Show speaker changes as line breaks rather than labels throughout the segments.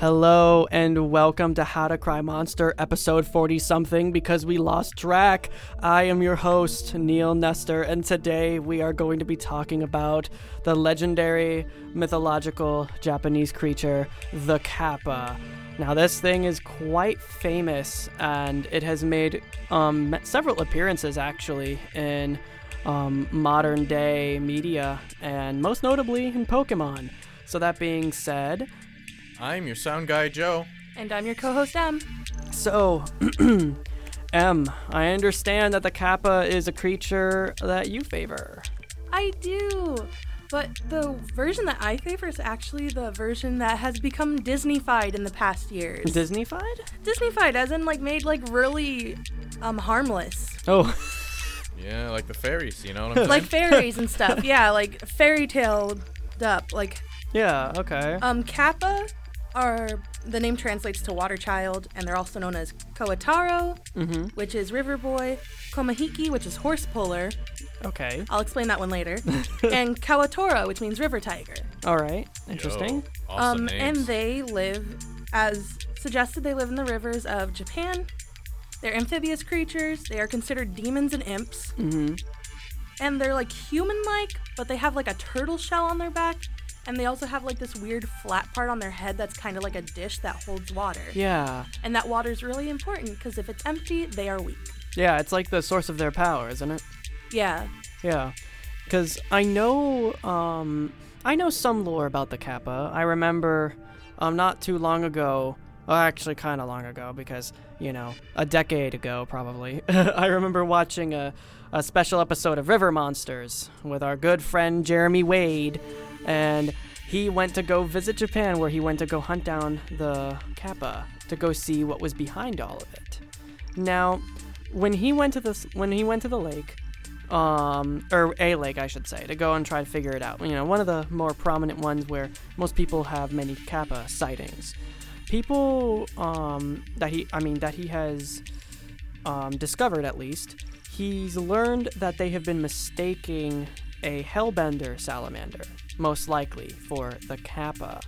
Hello and welcome to How to Cry Monster, episode 40 something, because we lost track. I am your host, Neil Nestor, and today we are going to be talking about the legendary mythological Japanese creature, the Kappa. Now, this thing is quite famous, and it has made um, several appearances actually in um, modern day media, and most notably in Pokemon. So, that being said,
I'm your sound guy, Joe.
And I'm your co host, Em.
So, M, I understand that the Kappa is a creature that you favor.
I do. But the version that I favor is actually the version that has become Disneyfied in the past years.
Disneyfied?
Disneyfied, as in like made like really um harmless,
Oh,
Yeah, like the fairies, you know what I'm
like
saying?
fairies and stuff. Yeah, like fairy tale up. Like
yeah, okay.
um Kappa are the name translates to water child, and they're also known as Koataro, which is river boy, Komahiki, which is horse puller.
Okay.
I'll explain that one later, and Kawatora, which means river tiger.
All right. Interesting.
Yo, awesome
um, and
names.
they live, as suggested, they live in the rivers of Japan. They're amphibious creatures. They are considered demons and imps. Mm-hmm. And they're like human like, but they have like a turtle shell on their back. And they also have like this weird flat part on their head that's kind of like a dish that holds water.
Yeah.
And that water is really important because if it's empty, they are weak.
Yeah, it's like the source of their power, isn't it?
Yeah.
Yeah. Cuz I know um I know some lore about the Kappa. I remember um not too long ago, well, actually kind of long ago because, you know, a decade ago probably. I remember watching a a special episode of River Monsters with our good friend Jeremy Wade and he went to go visit Japan where he went to go hunt down the Kappa to go see what was behind all of it. Now, when he went to this when he went to the lake, um, or a lake, I should say, to go and try to figure it out. You know, one of the more prominent ones where most people have many kappa sightings. People um, that he, I mean, that he has um, discovered at least, he's learned that they have been mistaking a hellbender salamander, most likely, for the kappa.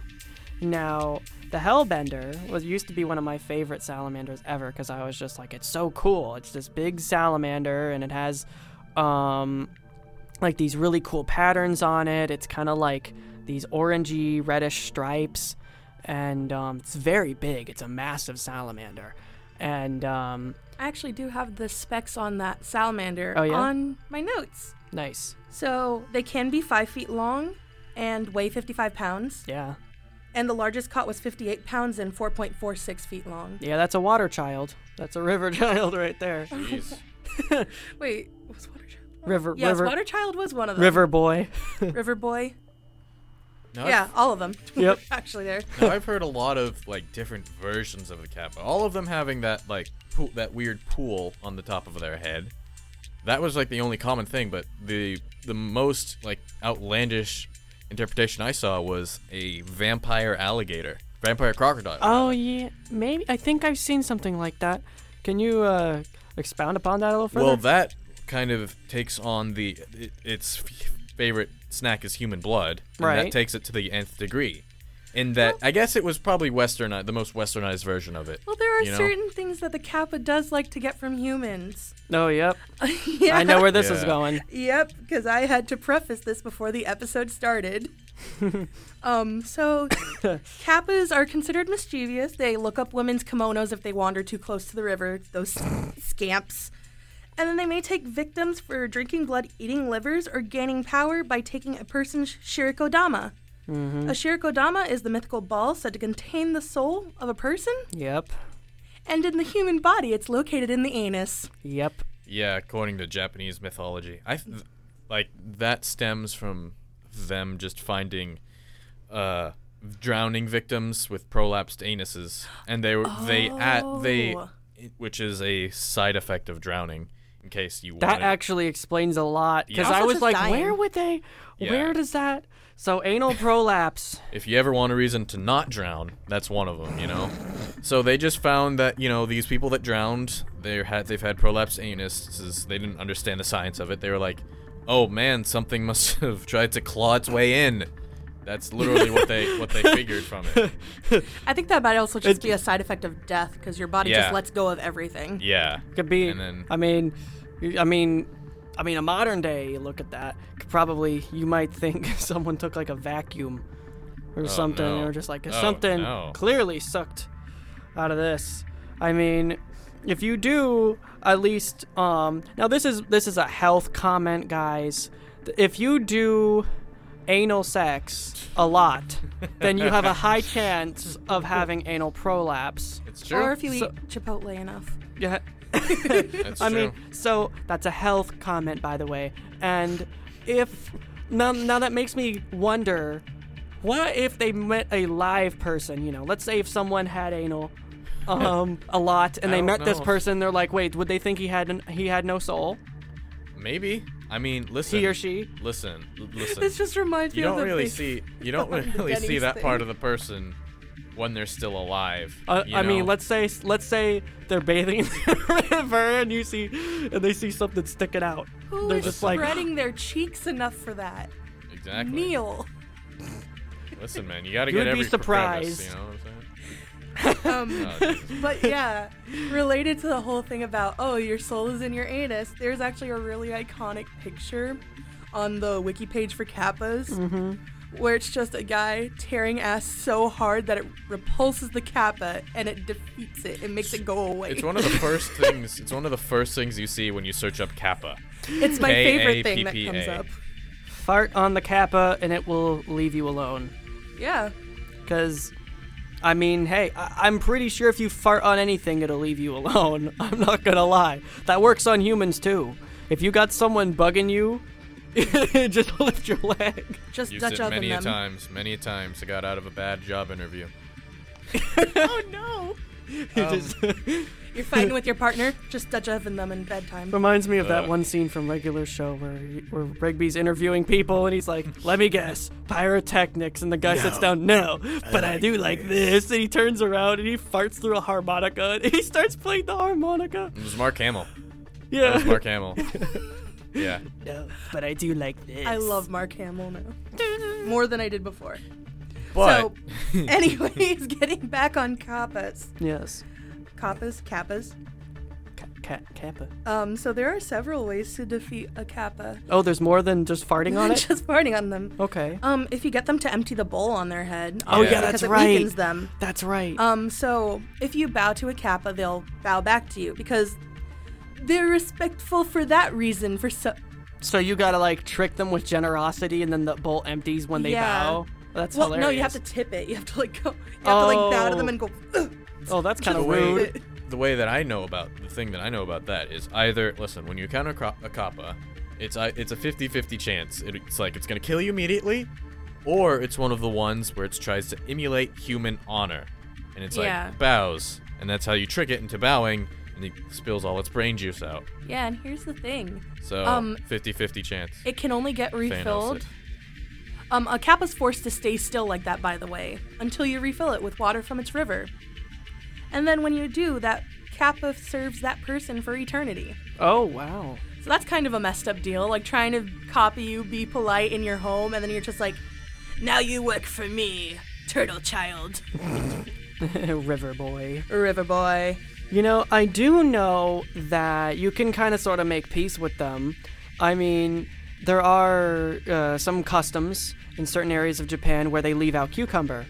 Now, the Hellbender was used to be one of my favorite salamanders ever because I was just like, it's so cool. It's this big salamander and it has, um, like these really cool patterns on it. It's kind of like these orangey reddish stripes, and um, it's very big. It's a massive salamander, and um,
I actually do have the specs on that salamander
Oh, yeah?
on my notes.
nice.
So they can be five feet long and weigh 55 pounds.
Yeah,
And the largest caught was 58 pounds and 4.46 feet long.
yeah. That's a water child. That's a river child right there.
Jeez.
Wait, was Water Child?
River,
Yes,
river,
Water Child was one of them.
river boy.
River Boy.
Now,
Yeah, all of them.
Yep.
actually, there.
I've, now I've heard a lot of like different versions of the kappa. All of them having that like pool, that weird pool on the top of their head. That was like the only common thing, but the the most like outlandish interpretation I saw was a vampire alligator, vampire crocodile.
Oh yeah, maybe. I think I've seen something like that. Can you uh, expound upon that a little further?
Well, that kind of takes on the it, its f- favorite snack is human blood, and
Right.
that takes it to the nth degree. In that, I guess it was probably westernized, the most westernized version of it.
Well, there are
you know?
certain things that the Kappa does like to get from humans.
oh, yep.
yeah.
I know where this is
Yeah.
going.
Yep, because I had to preface this before the episode started. um, so, kappas are considered mischievous. They look up women's kimonos if they wander too close to the river, those scamps. And then they may take victims for drinking blood, eating livers, or gaining power by taking a person's shirikodama. A shirikodama is the mythical ball said to contain the soul of a person,
Yep.
and in the human body, it's located in the anus.
Yep.
Yeah, according to Japanese mythology, I th- like that stems from them just finding uh, drowning victims with prolapsed anuses, and they were they at they,
Oh.
which is a side effect of drowning. In case you
That
wanted-
actually explains a lot because
Yeah.
I
Also
was
just
like,
dying.
where would they?
Yeah.
Where does that? So anal prolapse.
if you ever want a reason to not drown, that's one of them, you know. So they just found that you know these people that drowned, they had they've had prolapsed anuses. They didn't understand the science of it. They were like, "Oh man, something must have tried to claw its way in," That's literally what they what they figured from it.
I think that might also just be a side effect of death because your body
Yeah.
just lets go of everything.
Yeah.
Could be.
And then-
I mean, I mean, I mean, a modern day you look at that. could Probably you might think someone took like a vacuum or something,
Oh, no.
or just like
Oh,
something
no.
clearly sucked out of this. I mean, if you do, at least um, now this is this is a health comment, guys. If you do anal sex a lot, then you have a high chance of having anal prolapse.
It's true.
Or if you
So-
eat Chipotle enough.
Yeah.
That's
I
true.
mean, so that's a health comment, by the way. And if now, now that makes me wonder, what if they met a live person? You know, let's say if someone had anal, um, a lot, and
I
they
don't
met this
know.
person, they're like, wait, would they think he had an, he had no soul?
maybe. I mean, listen.
He or she?
Listen. l- listen.
This just reminds
you
me of
don't
the
really
big-
see you don't
the
really see
Denny's
that part of
thing.
the person when they're still alive.
Uh,
you
I mean,
know?
let's say let's say they're bathing in the river, and you see, and they see something sticking out.
Who
they're
is
just like,
spreading their cheeks enough for that?
exactly.
Neil.
Listen, man, you gotta
You
get
would be
every preface,
surprised.
You know what I'm saying?
Um,
Oh, Jesus.
but yeah, related to the whole thing about oh your soul is in your anus. There's actually a really iconic picture on the wiki page for kappas. Where it's just a guy tearing ass so hard that it repulses the kappa and it defeats it and makes it go away.
It's one of the first things. It's one of the first things you see when you search up Kappa.
It's my favorite thing that comes
K-A-P-P-A.
up.
fart on the kappa, and it will leave you alone.
Yeah.
Because, I mean, hey, I- I'm pretty sure if you fart on anything, it'll leave you alone. I'm not gonna lie. That works on humans too. If you got someone bugging you, just lift your leg.
Just
Used
Dutch
it
oven
many a
them.
times. Many a times. I got out of a bad job interview. Um,
Oh no.
just
You're fighting with your partner, just Dutch oven them in bedtime.
reminds me of that
Uh.
one scene from regular show where he- where Rigby's interviewing people and he's like, "Let me guess, pyrotechnics," and the guy sits down, "No, but I do like this," and he turns around and he farts through a harmonica and he starts playing the harmonica.
It was Mark Hamill. It
Yeah.
was Mark Hamill. Yeah.
No, but I do like this.
I love Mark Hamill now. More than I did before.
But
So, anyways, getting back on kappas.
Yes.
Kappas, kappas.
Ka- ka- kappa.
Um, so there are several ways to defeat a kappa.
Oh, there's more than just farting on it?
just farting on them.
Okay.
Um, if you get them to empty the bowl on their head.
Oh,
yeah,
because
that's
it
right.
weakens them.
That's right.
Um, so if you bow to a kappa, they'll bow back to you because they're respectful for that reason. For so,
so you gotta like trick them with generosity and then the bowl empties when they
Yeah.
bow? That's
well,
hilarious.
no, you have to tip it. You have to like go, you have to like bow to them
Oh.
and go. "Ugh."
Oh, that's kind
the
of
way,
rude.
the way that I know about the thing that I know about that is either listen when you encounter cro- a kappa, it's I it's a 50-50 chance. It, it's like it's gonna kill you immediately, or it's one of the ones where it tries to emulate human honor, and it's
Yeah.
like bows, and that's how you trick it into bowing, and it spills all its brain juice out.
Yeah, and here's the thing.
So
Um,
50-50 chance.
It can only get refilled.
it.
Um, a kappa's forced to stay still like that, by the way, until you refill it with water from its river. And then when you do, that kappa serves that person for eternity.
Oh, wow.
So that's kind of a messed up deal. Like trying to copy you, be polite in your home, and then you're just like, now you work for me, turtle child.
River boy.
River boy.
You know, I do know that you can kind of sort of make peace with them. I mean, there are uh, some customs in certain areas of Japan where they leave out cucumber.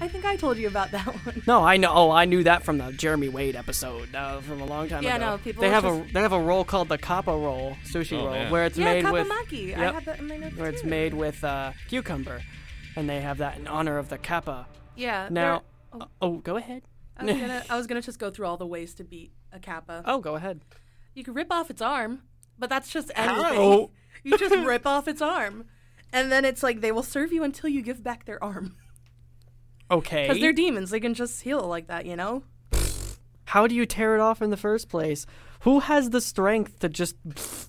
I think I told you about that one.
No, I know. Oh, I knew that from the Jeremy Wade episode uh, from a long time
Yeah,
ago.
no, people
They have
just-
a they have a roll called the kappa roll, sushi
Oh,
roll,
man.
where it's
yeah,
made with
kapamaki. I
Yep.
have that in my notes.
where it's
too.
made with uh, cucumber, and they have that in honor of the kappa.
Yeah.
Now,
there-
uh, oh, go ahead.
I was, gonna, I was gonna just go through all the ways to beat a kappa.
Oh, go ahead.
You could rip off its arm, but that's just anything.
How?
You just rip off its arm, and then it's like they will serve you until you give back their arm. Because
Okay.
they're demons, they can just heal like that, you know.
How do you tear it off in the first place? Who has the strength to just?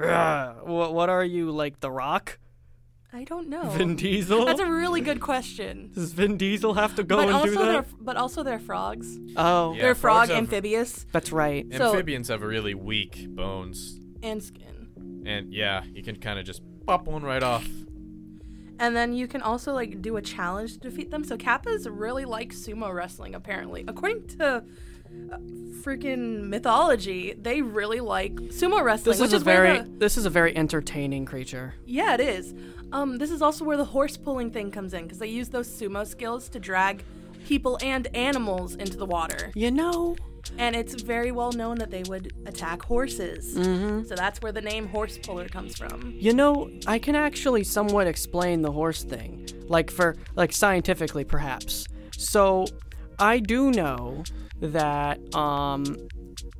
Ugh, what, what are you like, The Rock?
I don't know.
Vin Diesel?
Oh. That's a really good question.
Does Vin Diesel have to go
but
and
also,
do
they're
that?
but also they're frogs.
Oh,
Yeah,
they're frog
frogs have-
amphibious
that's right.
so-
Amphibians have really weak bones,
and skin.
and yeah, you can kind of just pop one right off.
And then you can also like do a challenge to defeat them. So Kappas really like sumo wrestling apparently. According to uh, freaking mythology, they really like sumo wrestling,
This
which
is a
where
very
the-
this is a very entertaining creature.
yeah, it is. Um, this is also where the horse pulling thing comes in because they use those sumo skills to drag people and animals into the water.
You know,
And it's very well known that they would attack horses. So that's where the name horse puller comes from.
you know, I can actually somewhat explain the horse thing, like for like scientifically perhaps. So, I do know that um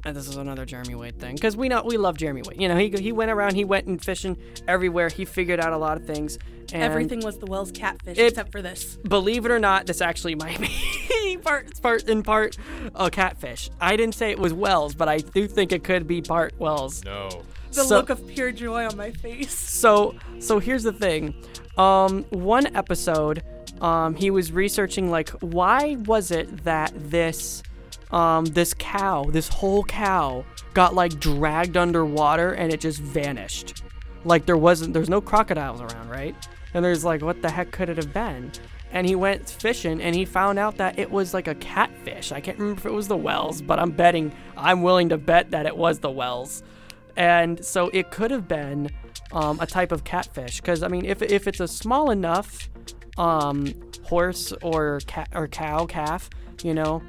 and this is another Jeremy Wade thing because we know we love Jeremy Wade. You know, he he went around, he went and fishing everywhere. He figured out a lot of things. And
Everything was the Wells catfish
It-
except for this.
believe it or not, this actually might be part, part in part a catfish. I didn't say it was Wells, but I do think it could be part Wells.
No.
The
So-
look of pure joy on my face.
So, so here's the thing. Um, one episode, um, he was researching like why was it that this, um, this cow, this whole cow, got like dragged underwater and it just vanished. Like there wasn't, there's no crocodiles around, right? And there's like, what the heck could it have been? And he went fishing and he found out that it was like a catfish. I can't remember if it was the Wells, but I'm betting, I'm willing to bet that it was the Wells. And so it could have been um, a type of catfish, because I mean, if, if it's a small enough um, horse or cat or cow calf, you know,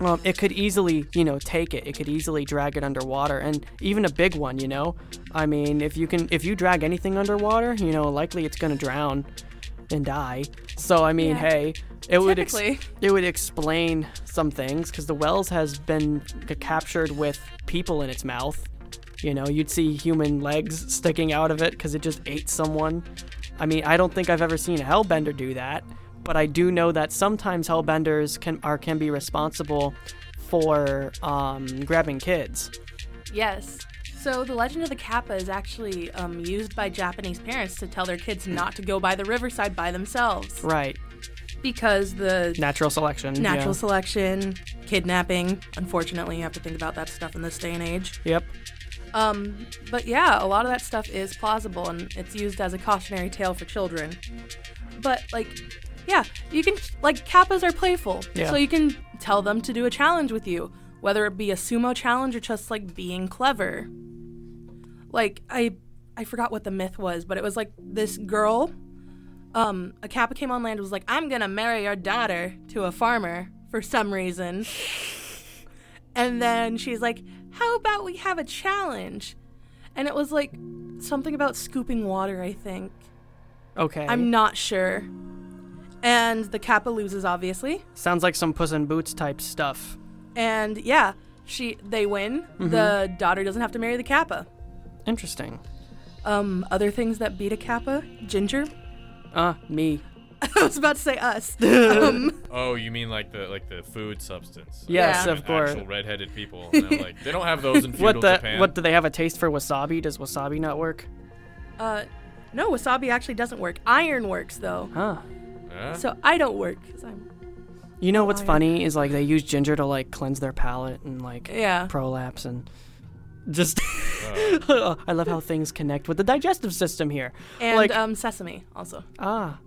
um, it could easily you know take it. It could easily drag it underwater, and even a big one, you know. I mean, if you can, if you drag anything underwater, you know, likely it's gonna drown and die. So I mean,
Yeah.
hey, it would ex-
Typically.
it would explain some things because the Wells has been c- captured with people in its mouth. You know, you'd see human legs sticking out of it because it just ate someone. I mean, I don't think I've ever seen a Hellbender do that, but I do know that sometimes Hellbenders can are can be responsible for um, grabbing kids.
Yes. So the legend of the kappa is actually um, used by Japanese parents to tell their kids not to go by the riverside by themselves
Right,
because the
natural selection.
natural
yeah.
selection, kidnapping. Unfortunately, you have to think about that stuff in this day and age.
Yep.
Um, but yeah, a lot of that stuff is plausible and it's used as a cautionary tale for children. But like, yeah, you can like kappas are playful,
Yeah.
so you can tell them to do a challenge with you, whether it be a sumo challenge or just like being clever. Like I, I forgot what the myth was, but it was like this girl, um, a kappa came on land and was like, I'm gonna marry your daughter to a farmer for some reason. And then she's like, How about we have a challenge? And it was like something about scooping water, I think.
Okay.
I'm not sure. And the Kappa loses, obviously.
Sounds like some Puss in Boots type stuff.
And yeah, she they win.
Mm-hmm.
The daughter doesn't have to marry the Kappa.
Interesting.
Um, other things that beat a Kappa, Ginger.
Uh, me.
I was about to say us. um,
Oh, you mean like the like the food substance?
Yes,
Yeah.
of course.
Actual redheaded people. And I'm like, they don't have those in feudal
What the?
Japan.
What do they have a taste for wasabi? Does wasabi not work?
uh, no, wasabi actually doesn't work. Iron works though.
Huh. Uh-huh.
Huh?
So I don't work 'cause I'm
You know what's
Iron.
funny is like they use ginger to like cleanse their palate and like
yeah.
prolapse and just.
Oh.
I love how things connect with the digestive system here.
And
like
um, sesame also.
ah,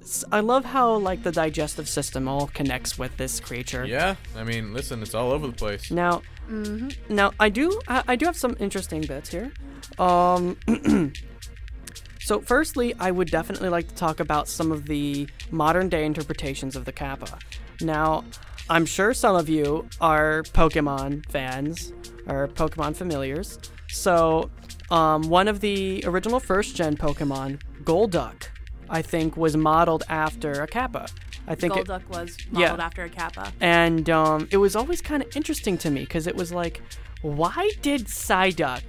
S- I love how like the digestive system all connects with this creature.
yeah, I mean, listen, it's all over the place.
Now, now I do I, I do have some interesting bits here. Um, so firstly, I would definitely like to talk about some of the modern day interpretations of the kappa. Now, I'm sure some of you are Pokemon fans or Pokemon familiars. So, um, one of the original first gen Pokemon, Golduck, I think was modeled after a kappa. I think it-
Golduck was
Yeah.
modeled after a Kappa.
and um, it was always kind of interesting to me because it was like, why did Psyduck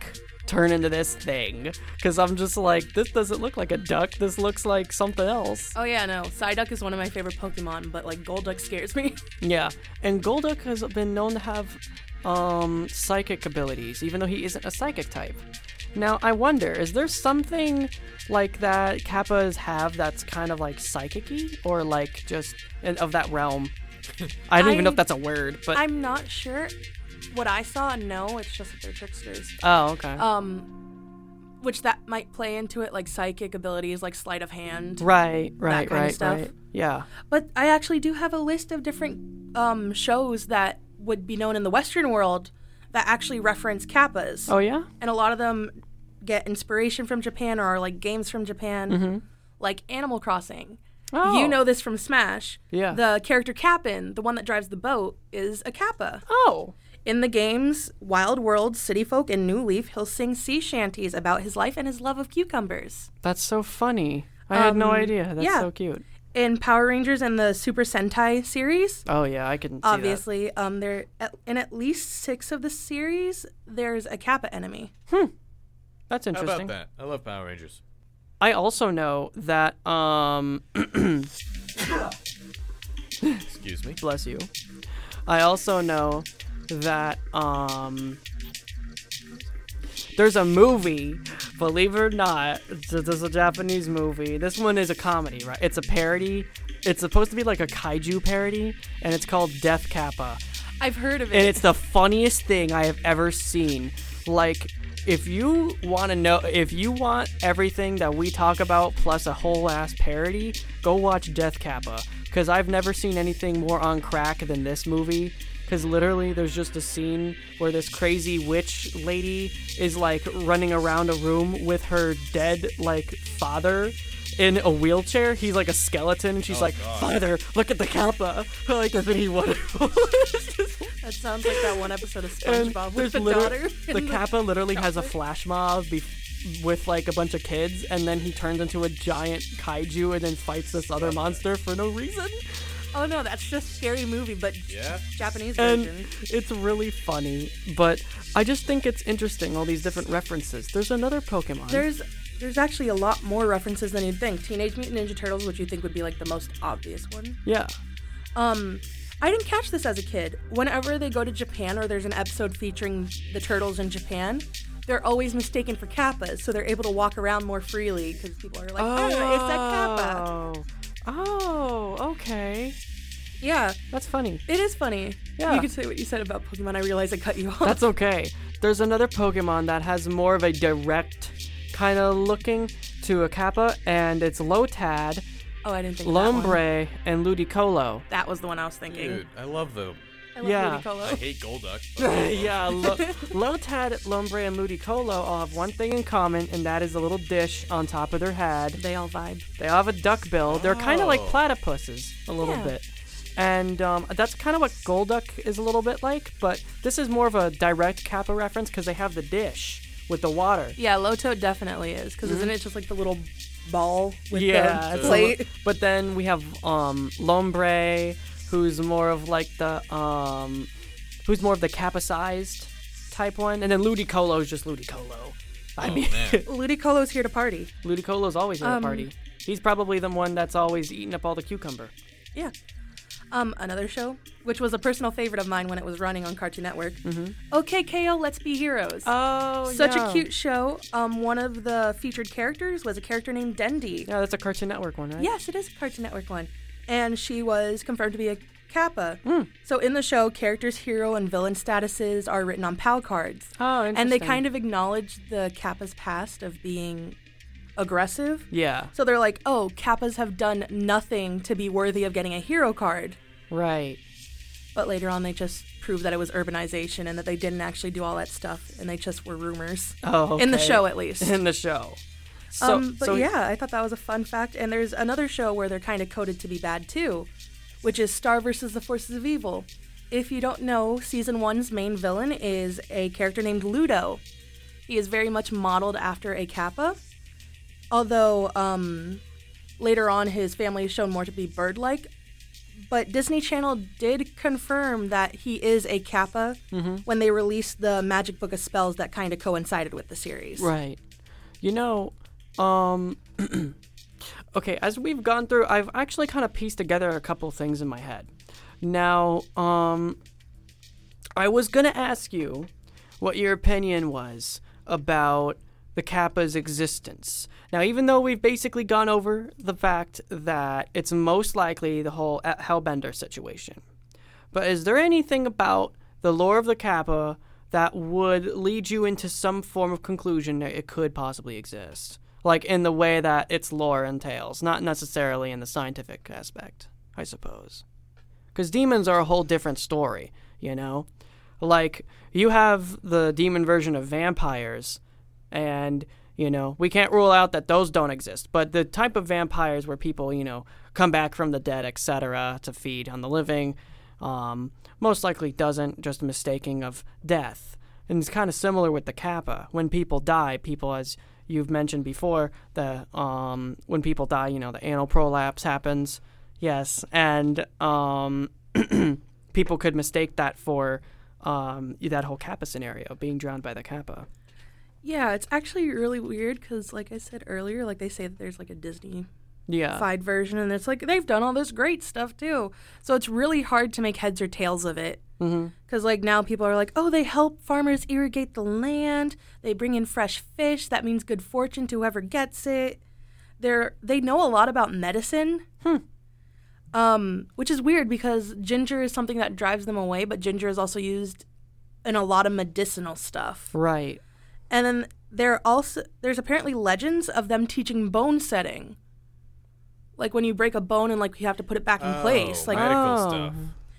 turn into this thing? Because I'm just like, this doesn't look like a duck. This looks like something else.
Oh yeah, no. Psyduck is one of my favorite Pokemon, but like Golduck scares me.
Yeah, and Golduck has been known to have um, psychic abilities, even though he isn't a psychic type. Now, I wonder, is there something like that Kappas have that's kind of like psychic or like just and of that realm? I don't even know
I-
if that's a word, but.
I'm not sure what I saw. No, it's just that they're tricksters.
oh, okay.
Um, which that might play into it, like psychic abilities, like sleight of hand.
Right, right,
kind of
right,
stuff.
right. Yeah.
But I actually do have a list of different um, shows that would be known in the Western world that actually reference kappas.
Oh yeah.
And a lot of them get inspiration from Japan or are like games from Japan, like Animal Crossing.
Oh.
You know this from Smash.
Yeah.
The character Cap'n, the one that drives the boat, is a kappa.
Oh.
In the games Wild World, City Folk, and New Leaf, he'll sing sea shanties about his life and his love of cucumbers.
That's so funny. I had no
Um,
idea. That's
yeah.
so cute.
In Power Rangers and the Super Sentai series,
Oh yeah, I can see
obviously, um, there at, in at least six of the series, there's a kappa enemy.
that. That's
How
interesting.
about that? I love Power Rangers.
I also know that um
Excuse me.
bless you. I also know that um there's a movie, believe it or not, th- there's a Japanese movie. This one is a comedy, right? It's a parody. It's supposed to be like a kaiju parody, and it's called Death Kappa.
I've heard of it.
And it's the funniest thing I have ever seen. Like, if you want to know, if you want everything that we talk about plus a whole ass parody, go watch Death Kappa. Because I've never seen anything more on crack than this movie. Because literally, there's just a scene where this crazy witch lady is like running around a room with her dead, like, father in a wheelchair. He's like a skeleton, and she's like, Father, look at the Kappa. Like, isn't he wonderful? It's just
that sounds like that one episode of
and
SpongeBob with
there's
the
literally
daughter.
the,
and
kappa literally has a flash mob bef- with like a bunch of kids and then he turns into a giant kaiju and then fights this other monster for no reason
oh no, that's just scary movie, but
Yeah.
Japanese
and
version.
it's really funny but i just think it's interesting all these different references there's another pokemon
There's there's actually a lot more references than you'd think. Teenage Mutant Ninja Turtles, which you think would be like the most obvious one.
yeah
Um, I didn't catch this as a kid. Whenever they go to Japan or there's an episode featuring the turtles in Japan, they're always mistaken for kappas, so they're able to walk around more freely because people are like, "Oh, it's that kappa."
oh okay
Yeah,
that's funny
it is funny.
Yeah.
You could say what you said about Pokemon. I realize I cut you off.
That's okay. There's another Pokemon that has more of a direct kind of looking to a Kappa, and it's Lotad,
oh, I didn't think of that one.
Lombre, and Ludicolo.
That was the one I was thinking.
Dude, I love the.
I love
yeah.
I
Ludicolo.
hate Golduck.
yeah, Lo- Lotad, Lombre, and Ludicolo all have one thing in common, and that is a little dish on top of their head.
They all vibe.
They all have a duck bill. They're kind of like
Oh.
platypuses a little
Yeah.
bit. And um, that's kind of what Golduck is a little bit like, but this is more of a direct Kappa reference because they have the dish with the water.
Yeah, Loto definitely is because isn't it just like the little ball with
Mm-hmm. yeah,
the
it's a
plate?
lo- but then we have um Lombre, who's more of like the um, who's more of the capacized type one, and then Ludicolo is just Ludicolo.
Oh,
I mean,
man.
Ludicolo's here to party.
Ludicolo's always
Um,
at a party. He's probably the one that's always eating up all the cucumber.
Yeah. Um, another show, which was a personal favorite of mine when it was running on Cartoon Network. Okay, KO, Let's Be
Mm-hmm.
Heroes.
Oh,
Such a cute show. Um, one of the featured characters was a character named Dendi.
Yeah, that's a Cartoon Network one, right?
Yes, it is a Cartoon Network one. And she was confirmed to be a Kappa.
Hmm.
So in the show, characters' hero and villain statuses are written on PAL cards.
Oh, interesting.
And they kind of acknowledge the Kappa's past of being aggressive.
Yeah.
So they're like, oh, Kappas have done nothing to be worthy of getting a hero card.
Right.
But later on, they just proved that it was urbanization and that they didn't actually do all that stuff and they just were rumors.
Oh,
In the
okay.
show, at least.
In the show. So,
um, but
so
yeah, I thought that was a fun fact. And there's another show where they're kind of coded to be bad too, which is Star versus the Forces of Evil. If you don't know, season one's main villain is a character named Ludo. He is very much modeled after a Kappa, although um, later on his family is shown more to be bird-like. But Disney Channel did confirm that he is a Kappa
Mm-hmm.
when they released the Magic Book of Spells that kind of coincided with the series.
Right. You know, um okay, as we've gone through, I've actually kind of pieced together a couple things in my head. Now, um I was going to ask you what your opinion was about the kappa's existence. Now, even though we've basically gone over the fact that it's most likely the whole uh, hellbender situation, but is there anything about the lore of the kappa that would lead you into some form of conclusion that it could possibly exist. Like in the way that its lore entails, not necessarily in the scientific aspect, I suppose. Because demons are a whole different story, you know? Like, you have the demon version of vampires, and, you know, we can't rule out that those don't exist, but the type of vampires where people, you know, come back from the dead, etc., to feed on the living, um, most likely doesn't, just a mistaking of death. And it's kind of similar with the kappa. When people die, people, as you've mentioned before, the um, when people die, you know, the anal prolapse happens. Yes, and um, people could mistake that for um, that whole kappa scenario, being drowned by the kappa.
Yeah, it's actually really weird because, like I said earlier, like they say that there's like a Disney
Yeah.
fied version, and it's like they've done all this great stuff too. So it's really hard to make heads or tails of it. Because like now people are like, oh, they help farmers irrigate the land. They bring in fresh fish. That means good fortune to whoever gets it. They're they know a lot about medicine. Um, which is weird because ginger is something that drives them away, but ginger is also used in a lot of medicinal stuff.
Right.
And then there are also there's apparently legends of them teaching bone setting. Like when you break a bone and like you have to put it back in place. Like
medical
Oh.
stuff.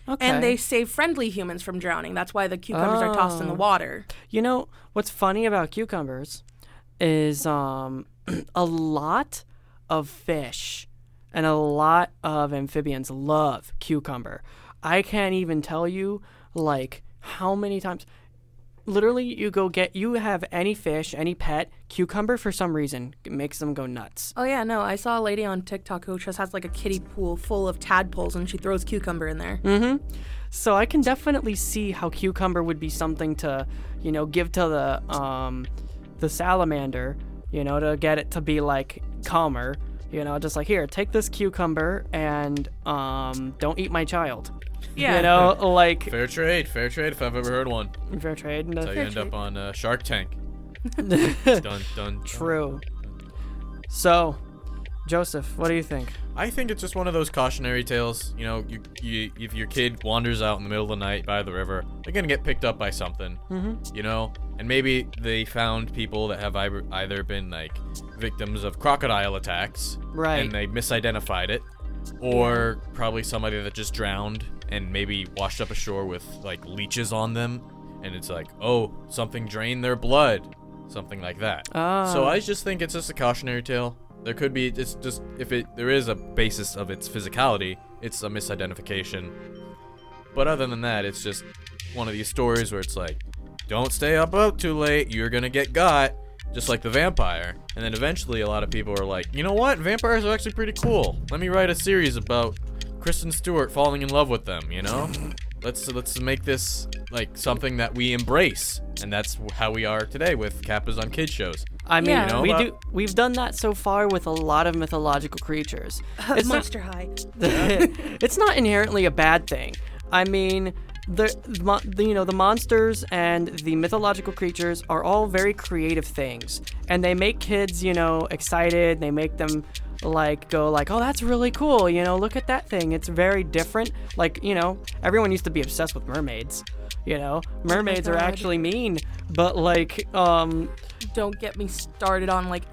Okay.
and they save friendly humans from drowning. That's why the cucumbers are tossed in the
Oh.
water.
You know what's funny about cucumbers is um, a lot of fish and a lot of amphibians love cucumber. I can't even tell you like how many times. Literally, you go get you have any fish, any pet, cucumber for some reason it makes them go nuts.
Oh yeah, no, I saw a lady on TikTok who just has like a kiddie pool full of tadpoles and she throws cucumber in there.
So I can definitely see how cucumber would be something to, you know, give to the um the salamander, you know, to get it to be like calmer, you know, just like here, take this cucumber and um don't eat my child.
Yeah.
You know, like
Fair trade, fair trade. If I've ever heard one,
fair trade and
so
a
you end up on uh, Shark Tank. dun, dun, dun.
true. So, Joseph, what do you think?
I think it's just one of those cautionary tales. You know, you, you if your kid wanders out in the middle of the night by the river, they're gonna get picked up by something. Mm-hmm. You know, and maybe they found people that have ei- either been like victims of crocodile attacks,
Right.
And they misidentified it, or probably somebody that just drowned and maybe washed up ashore with like leeches on them, and it's like, oh, something drained their blood, something like that. So
Ah.
I just think it's just a cautionary tale. There could be it's just if it there is a basis of its physicality, it's a misidentification. But other than that, it's just one of these stories where it's like, don't stay up up too late, you're gonna get got, just like the vampire. And then eventually, a lot of people are like, you know what, vampires are actually pretty cool. Let me write a series about Kristen Stewart falling in love with them. You know, let's let's make this like something that we embrace, and that's how we are today with Kappas on kids shows.
I mean,
Yeah. You know
we
about-
do we've done that so far with a lot of mythological creatures. It's not-
Monster High.
it's not inherently a bad thing. I mean, the, mo- the you know the monsters and the mythological creatures are all very creative things, and they make kids you know excited. They make them like go like, oh, that's really cool. You know, look at that thing. It's very different. Like you know, everyone used to be obsessed with mermaids. You know, mermaids are
God.
actually mean, but like um,
Don't get me started on like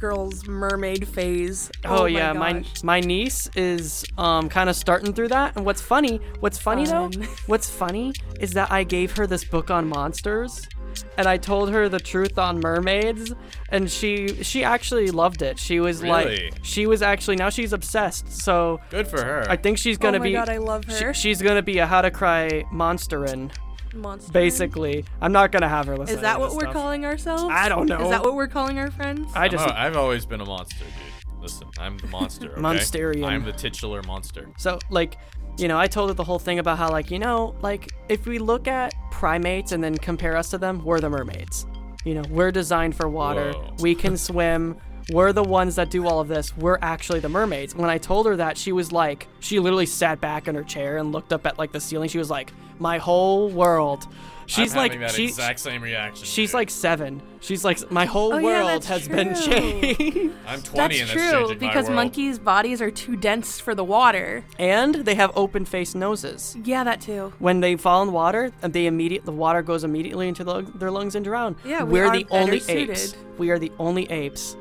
girls mermaid phase.
Oh,
my
yeah, my
gosh.
my niece is um kind of starting through that. And what's funny? What's funny though?
Fun.
What's funny is that I gave her this book on monsters, and I told her the truth on mermaids, and she she actually loved it. She was
Really?
like, she was actually now she's obsessed. So
Good for her.
I think she's gonna
Oh my
be.
God, I love
she-
her.
she's gonna be a how to cry monsterin,
Monster. High.
basically. I'm not gonna have her listen.
Is that what we're calling ourselves?
I don't know.
Is that what we're calling our friends?
I
I'm
just
al- I've always been a monster, dude. Listen, I'm the monster. Okay?
Monsterian.
I'm the titular monster.
So like, you know, I told her the whole thing about how like, you know, like if we look at primates and then compare us to them, we're the mermaids. You know, we're designed for water.
Whoa.
We can swim. we're the ones that do all of this. We're actually the mermaids. When I told her that, she was like, she literally sat back in her chair and looked up at like the ceiling. She was like, my whole world. She's
I'm having
like,
that
she,
exact same reaction.
she's
dude.
like seven. She's like, my whole
Oh, yeah,
world
that's
has been
true.
changed.
I'm 20
That's
and that's
true
changing my
because
world.
monkeys' bodies are too dense for the water.
and they have open faced noses.
Yeah, that too.
when they fall in water, uh, they immediate the water goes immediately into the, their lungs and drown.
Yeah, we
we're
are
the only
better
apes.
suited.
We are the only apes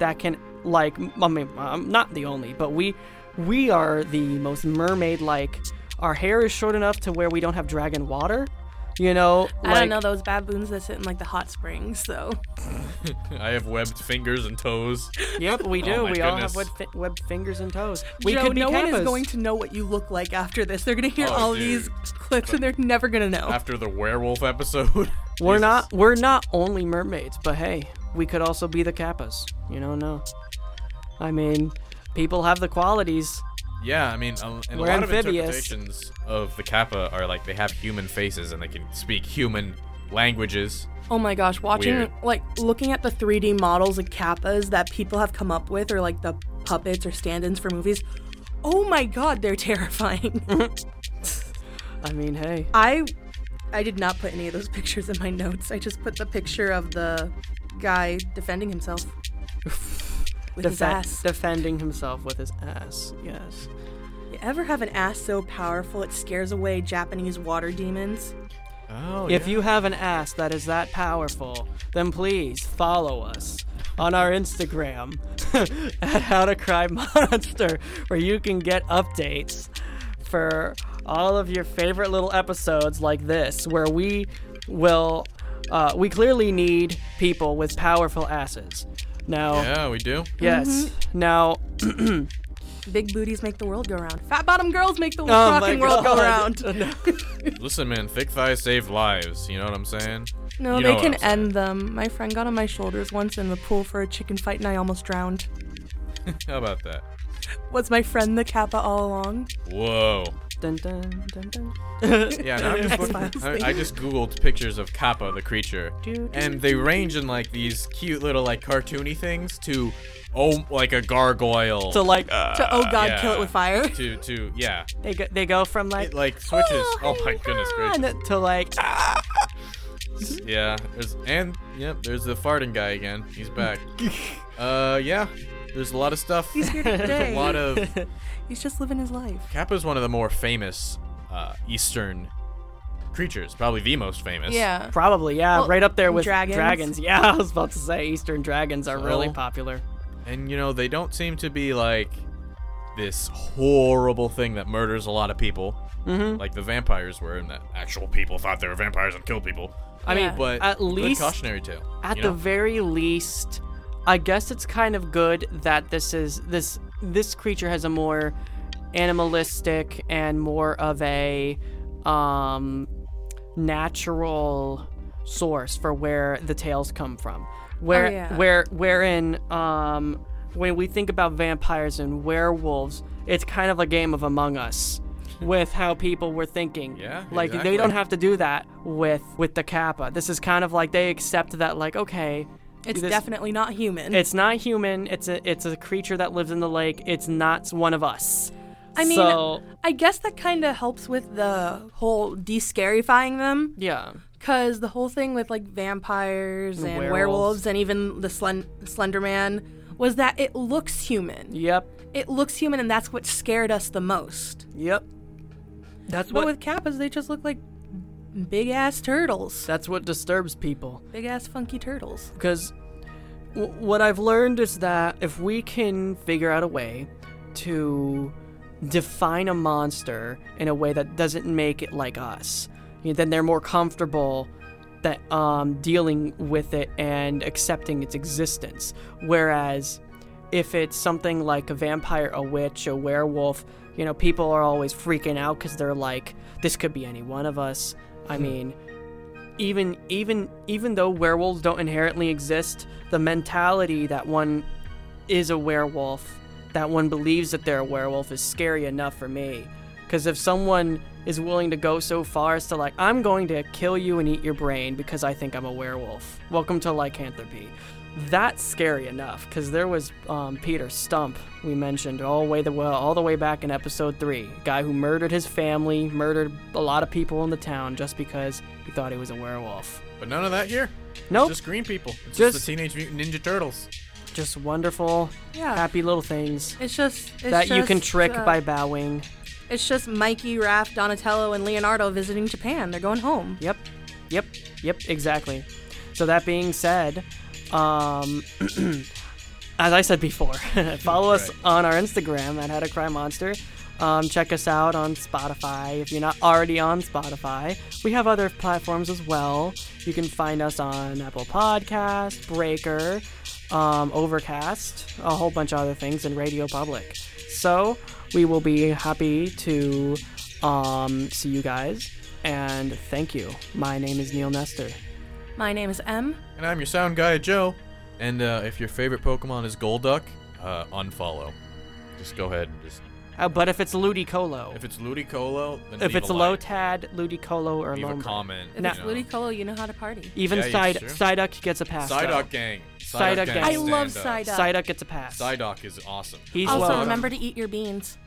that can like. m- I mean, um, not the only, but we we are the most mermaid-like. Our hair is short enough to where we don't have dragon water. You know,
I
like-
don't know those baboons that sit in like the hot springs though.
I have webbed fingers and toes.
Yep, we do.
Oh my
we all have
goodness.
web, fi- web fingers and toes. We
Joe,
could be
no one is
kappas.
going to know what you look like after this. They're gonna hear
Oh,
all
dude.
these clips and they're never gonna know.
After the werewolf episode,
Oh. We're
Jesus.
not we're not only mermaids, but hey, we could also be the kappas. You know, no. I mean, people have the qualities.
Yeah, I mean, um, and a
We're
lot of
amphibious.
interpretations of the Kappa are like they have human faces and they can speak human languages.
Oh my gosh, watching
Weird.
like looking at the 3D models of kappas that people have come up with or like the puppets or stand-ins for movies. Oh my god, they're terrifying.
I mean, hey.
I I did not put any of those pictures in my notes. I just put the picture of the guy defending himself with his
defen-
ass.
Defending himself with his ass. Yes.
you ever have an ass so powerful it scares away Japanese water demons?
Oh,
If you have an ass that is that powerful, then please follow us on our Instagram at How to Cry Monster, where you can get updates for all of your favorite little episodes like this, where we will. Uh, we clearly need people with powerful asses. Now,
yeah, we do.
yes.
Mm-hmm.
Now,
Big booties make the world go round. Fat bottom girls make the
oh my
fucking world go
God.
round.
Listen, man, thick thighs save lives. You know what I'm saying?
No,
You know
they
what
can e
I'm saying.
end them. My friend got on my shoulders once in the pool for a chicken fight and I almost drowned.
How about that?
Was my friend the Kappa all along?
Whoa.
Dun, dun, dun, dun.
Yeah, no, I'm just
X-Files
looking,
thing.
I, I just googled pictures of Kappa, the creature, and they range in like these cute little like cartoony things to, oh, like a gargoyle.
So, like,
to oh god, kill
Uh,
it
yeah.
with fire.
to to yeah,
they, go, they go from like.
it like switches. Oh my goodness gracious.
"Ah," To like.
Yeah, there's and yep, there's the farting guy again. He's back. uh, yeah, there's a lot of stuff.
He's here today.
A lot of
He's just living his life.
Kappa's one of the more famous uh, Eastern creatures, probably the most famous.
Yeah.
Probably, yeah.
Well,
right up there with
dragons.
dragons. Yeah, I was about to say Eastern dragons are really
So-
popular.
and you know they don't seem to be like this horrible thing that murders a lot of people,
Mm-hmm.
like the vampires were, and that actual people thought they were vampires and killed people.
I
Yeah.
mean,
But
at
good
least
cautionary tale.
at
you
the
know?
very least, I guess it's kind of good that this is this this creature has a more animalistic and more of a um natural source for where the tales come from. Where
yeah.
where wherein um when we think about vampires and werewolves, it's kind of a game of among us with how people were thinking.
Yeah,
Like they don't
exactly.
have to do that with with the kappa. This is kind of like they accept that like okay,
It's
this-
definitely not human.
it's not human. It's a it's a creature that lives in the lake. It's not one of us.
I mean,
so,
I guess that kind of helps with the whole de-scarifying them,
yeah.
because the whole thing with like vampires and werewolves,
werewolves.
and even the slen- Slender Man was that it looks human.
Yep.
It looks human, and that's what scared us the most.
Yep. That's
But
what
with kappas, they just look like big ass turtles,
that's what disturbs people.
big ass funky turtles.
because w- what I've learned is that if we can figure out a way to define a monster in a way that doesn't make it like us, you know, then they're more comfortable that um, dealing with it and accepting its existence. Whereas if it's something like a vampire, a witch, a werewolf, you know, people are always freaking out because they're like, this could be any one of us. I mean, even even even though werewolves don't inherently exist, the mentality that one is a werewolf, that one believes that they're a werewolf is scary enough for me. Cuz if someone is willing to go so far as to like I'm going to kill you and eat your brain because I think I'm a werewolf. Welcome to lycanthropy. that's scary enough because there was um, Peter Stump we mentioned all the way the well all the way back in episode three, guy who murdered his family, murdered a lot of people in the town just because he thought he was a werewolf.
But none of that here.
Nope,
It's
just,
just green people. It's just,
Oh. Just-
the Teenage Mutant Ninja Turtles.
wonderful,
Yeah.
happy little things
It's just it's
that you can
just,
trick
uh,
by bowing.
It's just Mikey, Raph, Donatello, and Leonardo visiting Japan. They're going home.
Yep, yep, yep, exactly. So that being said, um, as I said before, follow us
Right.
on our Instagram at How to Cry Monster. Um, check us out on Spotify if you're not already on Spotify. We have other platforms as well. You can find us on Apple Podcast, Breaker, um, Overcast, a whole bunch of other things, and Radio Public. So we will be happy to um, see you guys. And thank you. My name is Neil Nestor.
My name is M.
And I'm your sound guy, Joe. And uh, if your favorite Pokemon is Golduck, uh, unfollow. Just go ahead and just.
Uh, but if it's Ludicolo,
If it's Ludicolo, then
if
leave
it's
a
low
like.
tad ludicolo or
leave a
Lombre.
comment.
If
No.
it's Ludicolo, you know how to party.
even
Yeah, yeah,
Psy-
sure.
Psyduck gets a pass though.
Psyduck gang.
Psyduck gang.
I
Stand
love
stand up.
Psyduck.
Psyduck gets a pass
Psyduck is awesome.
He's
Also,
low.
remember to eat your beans.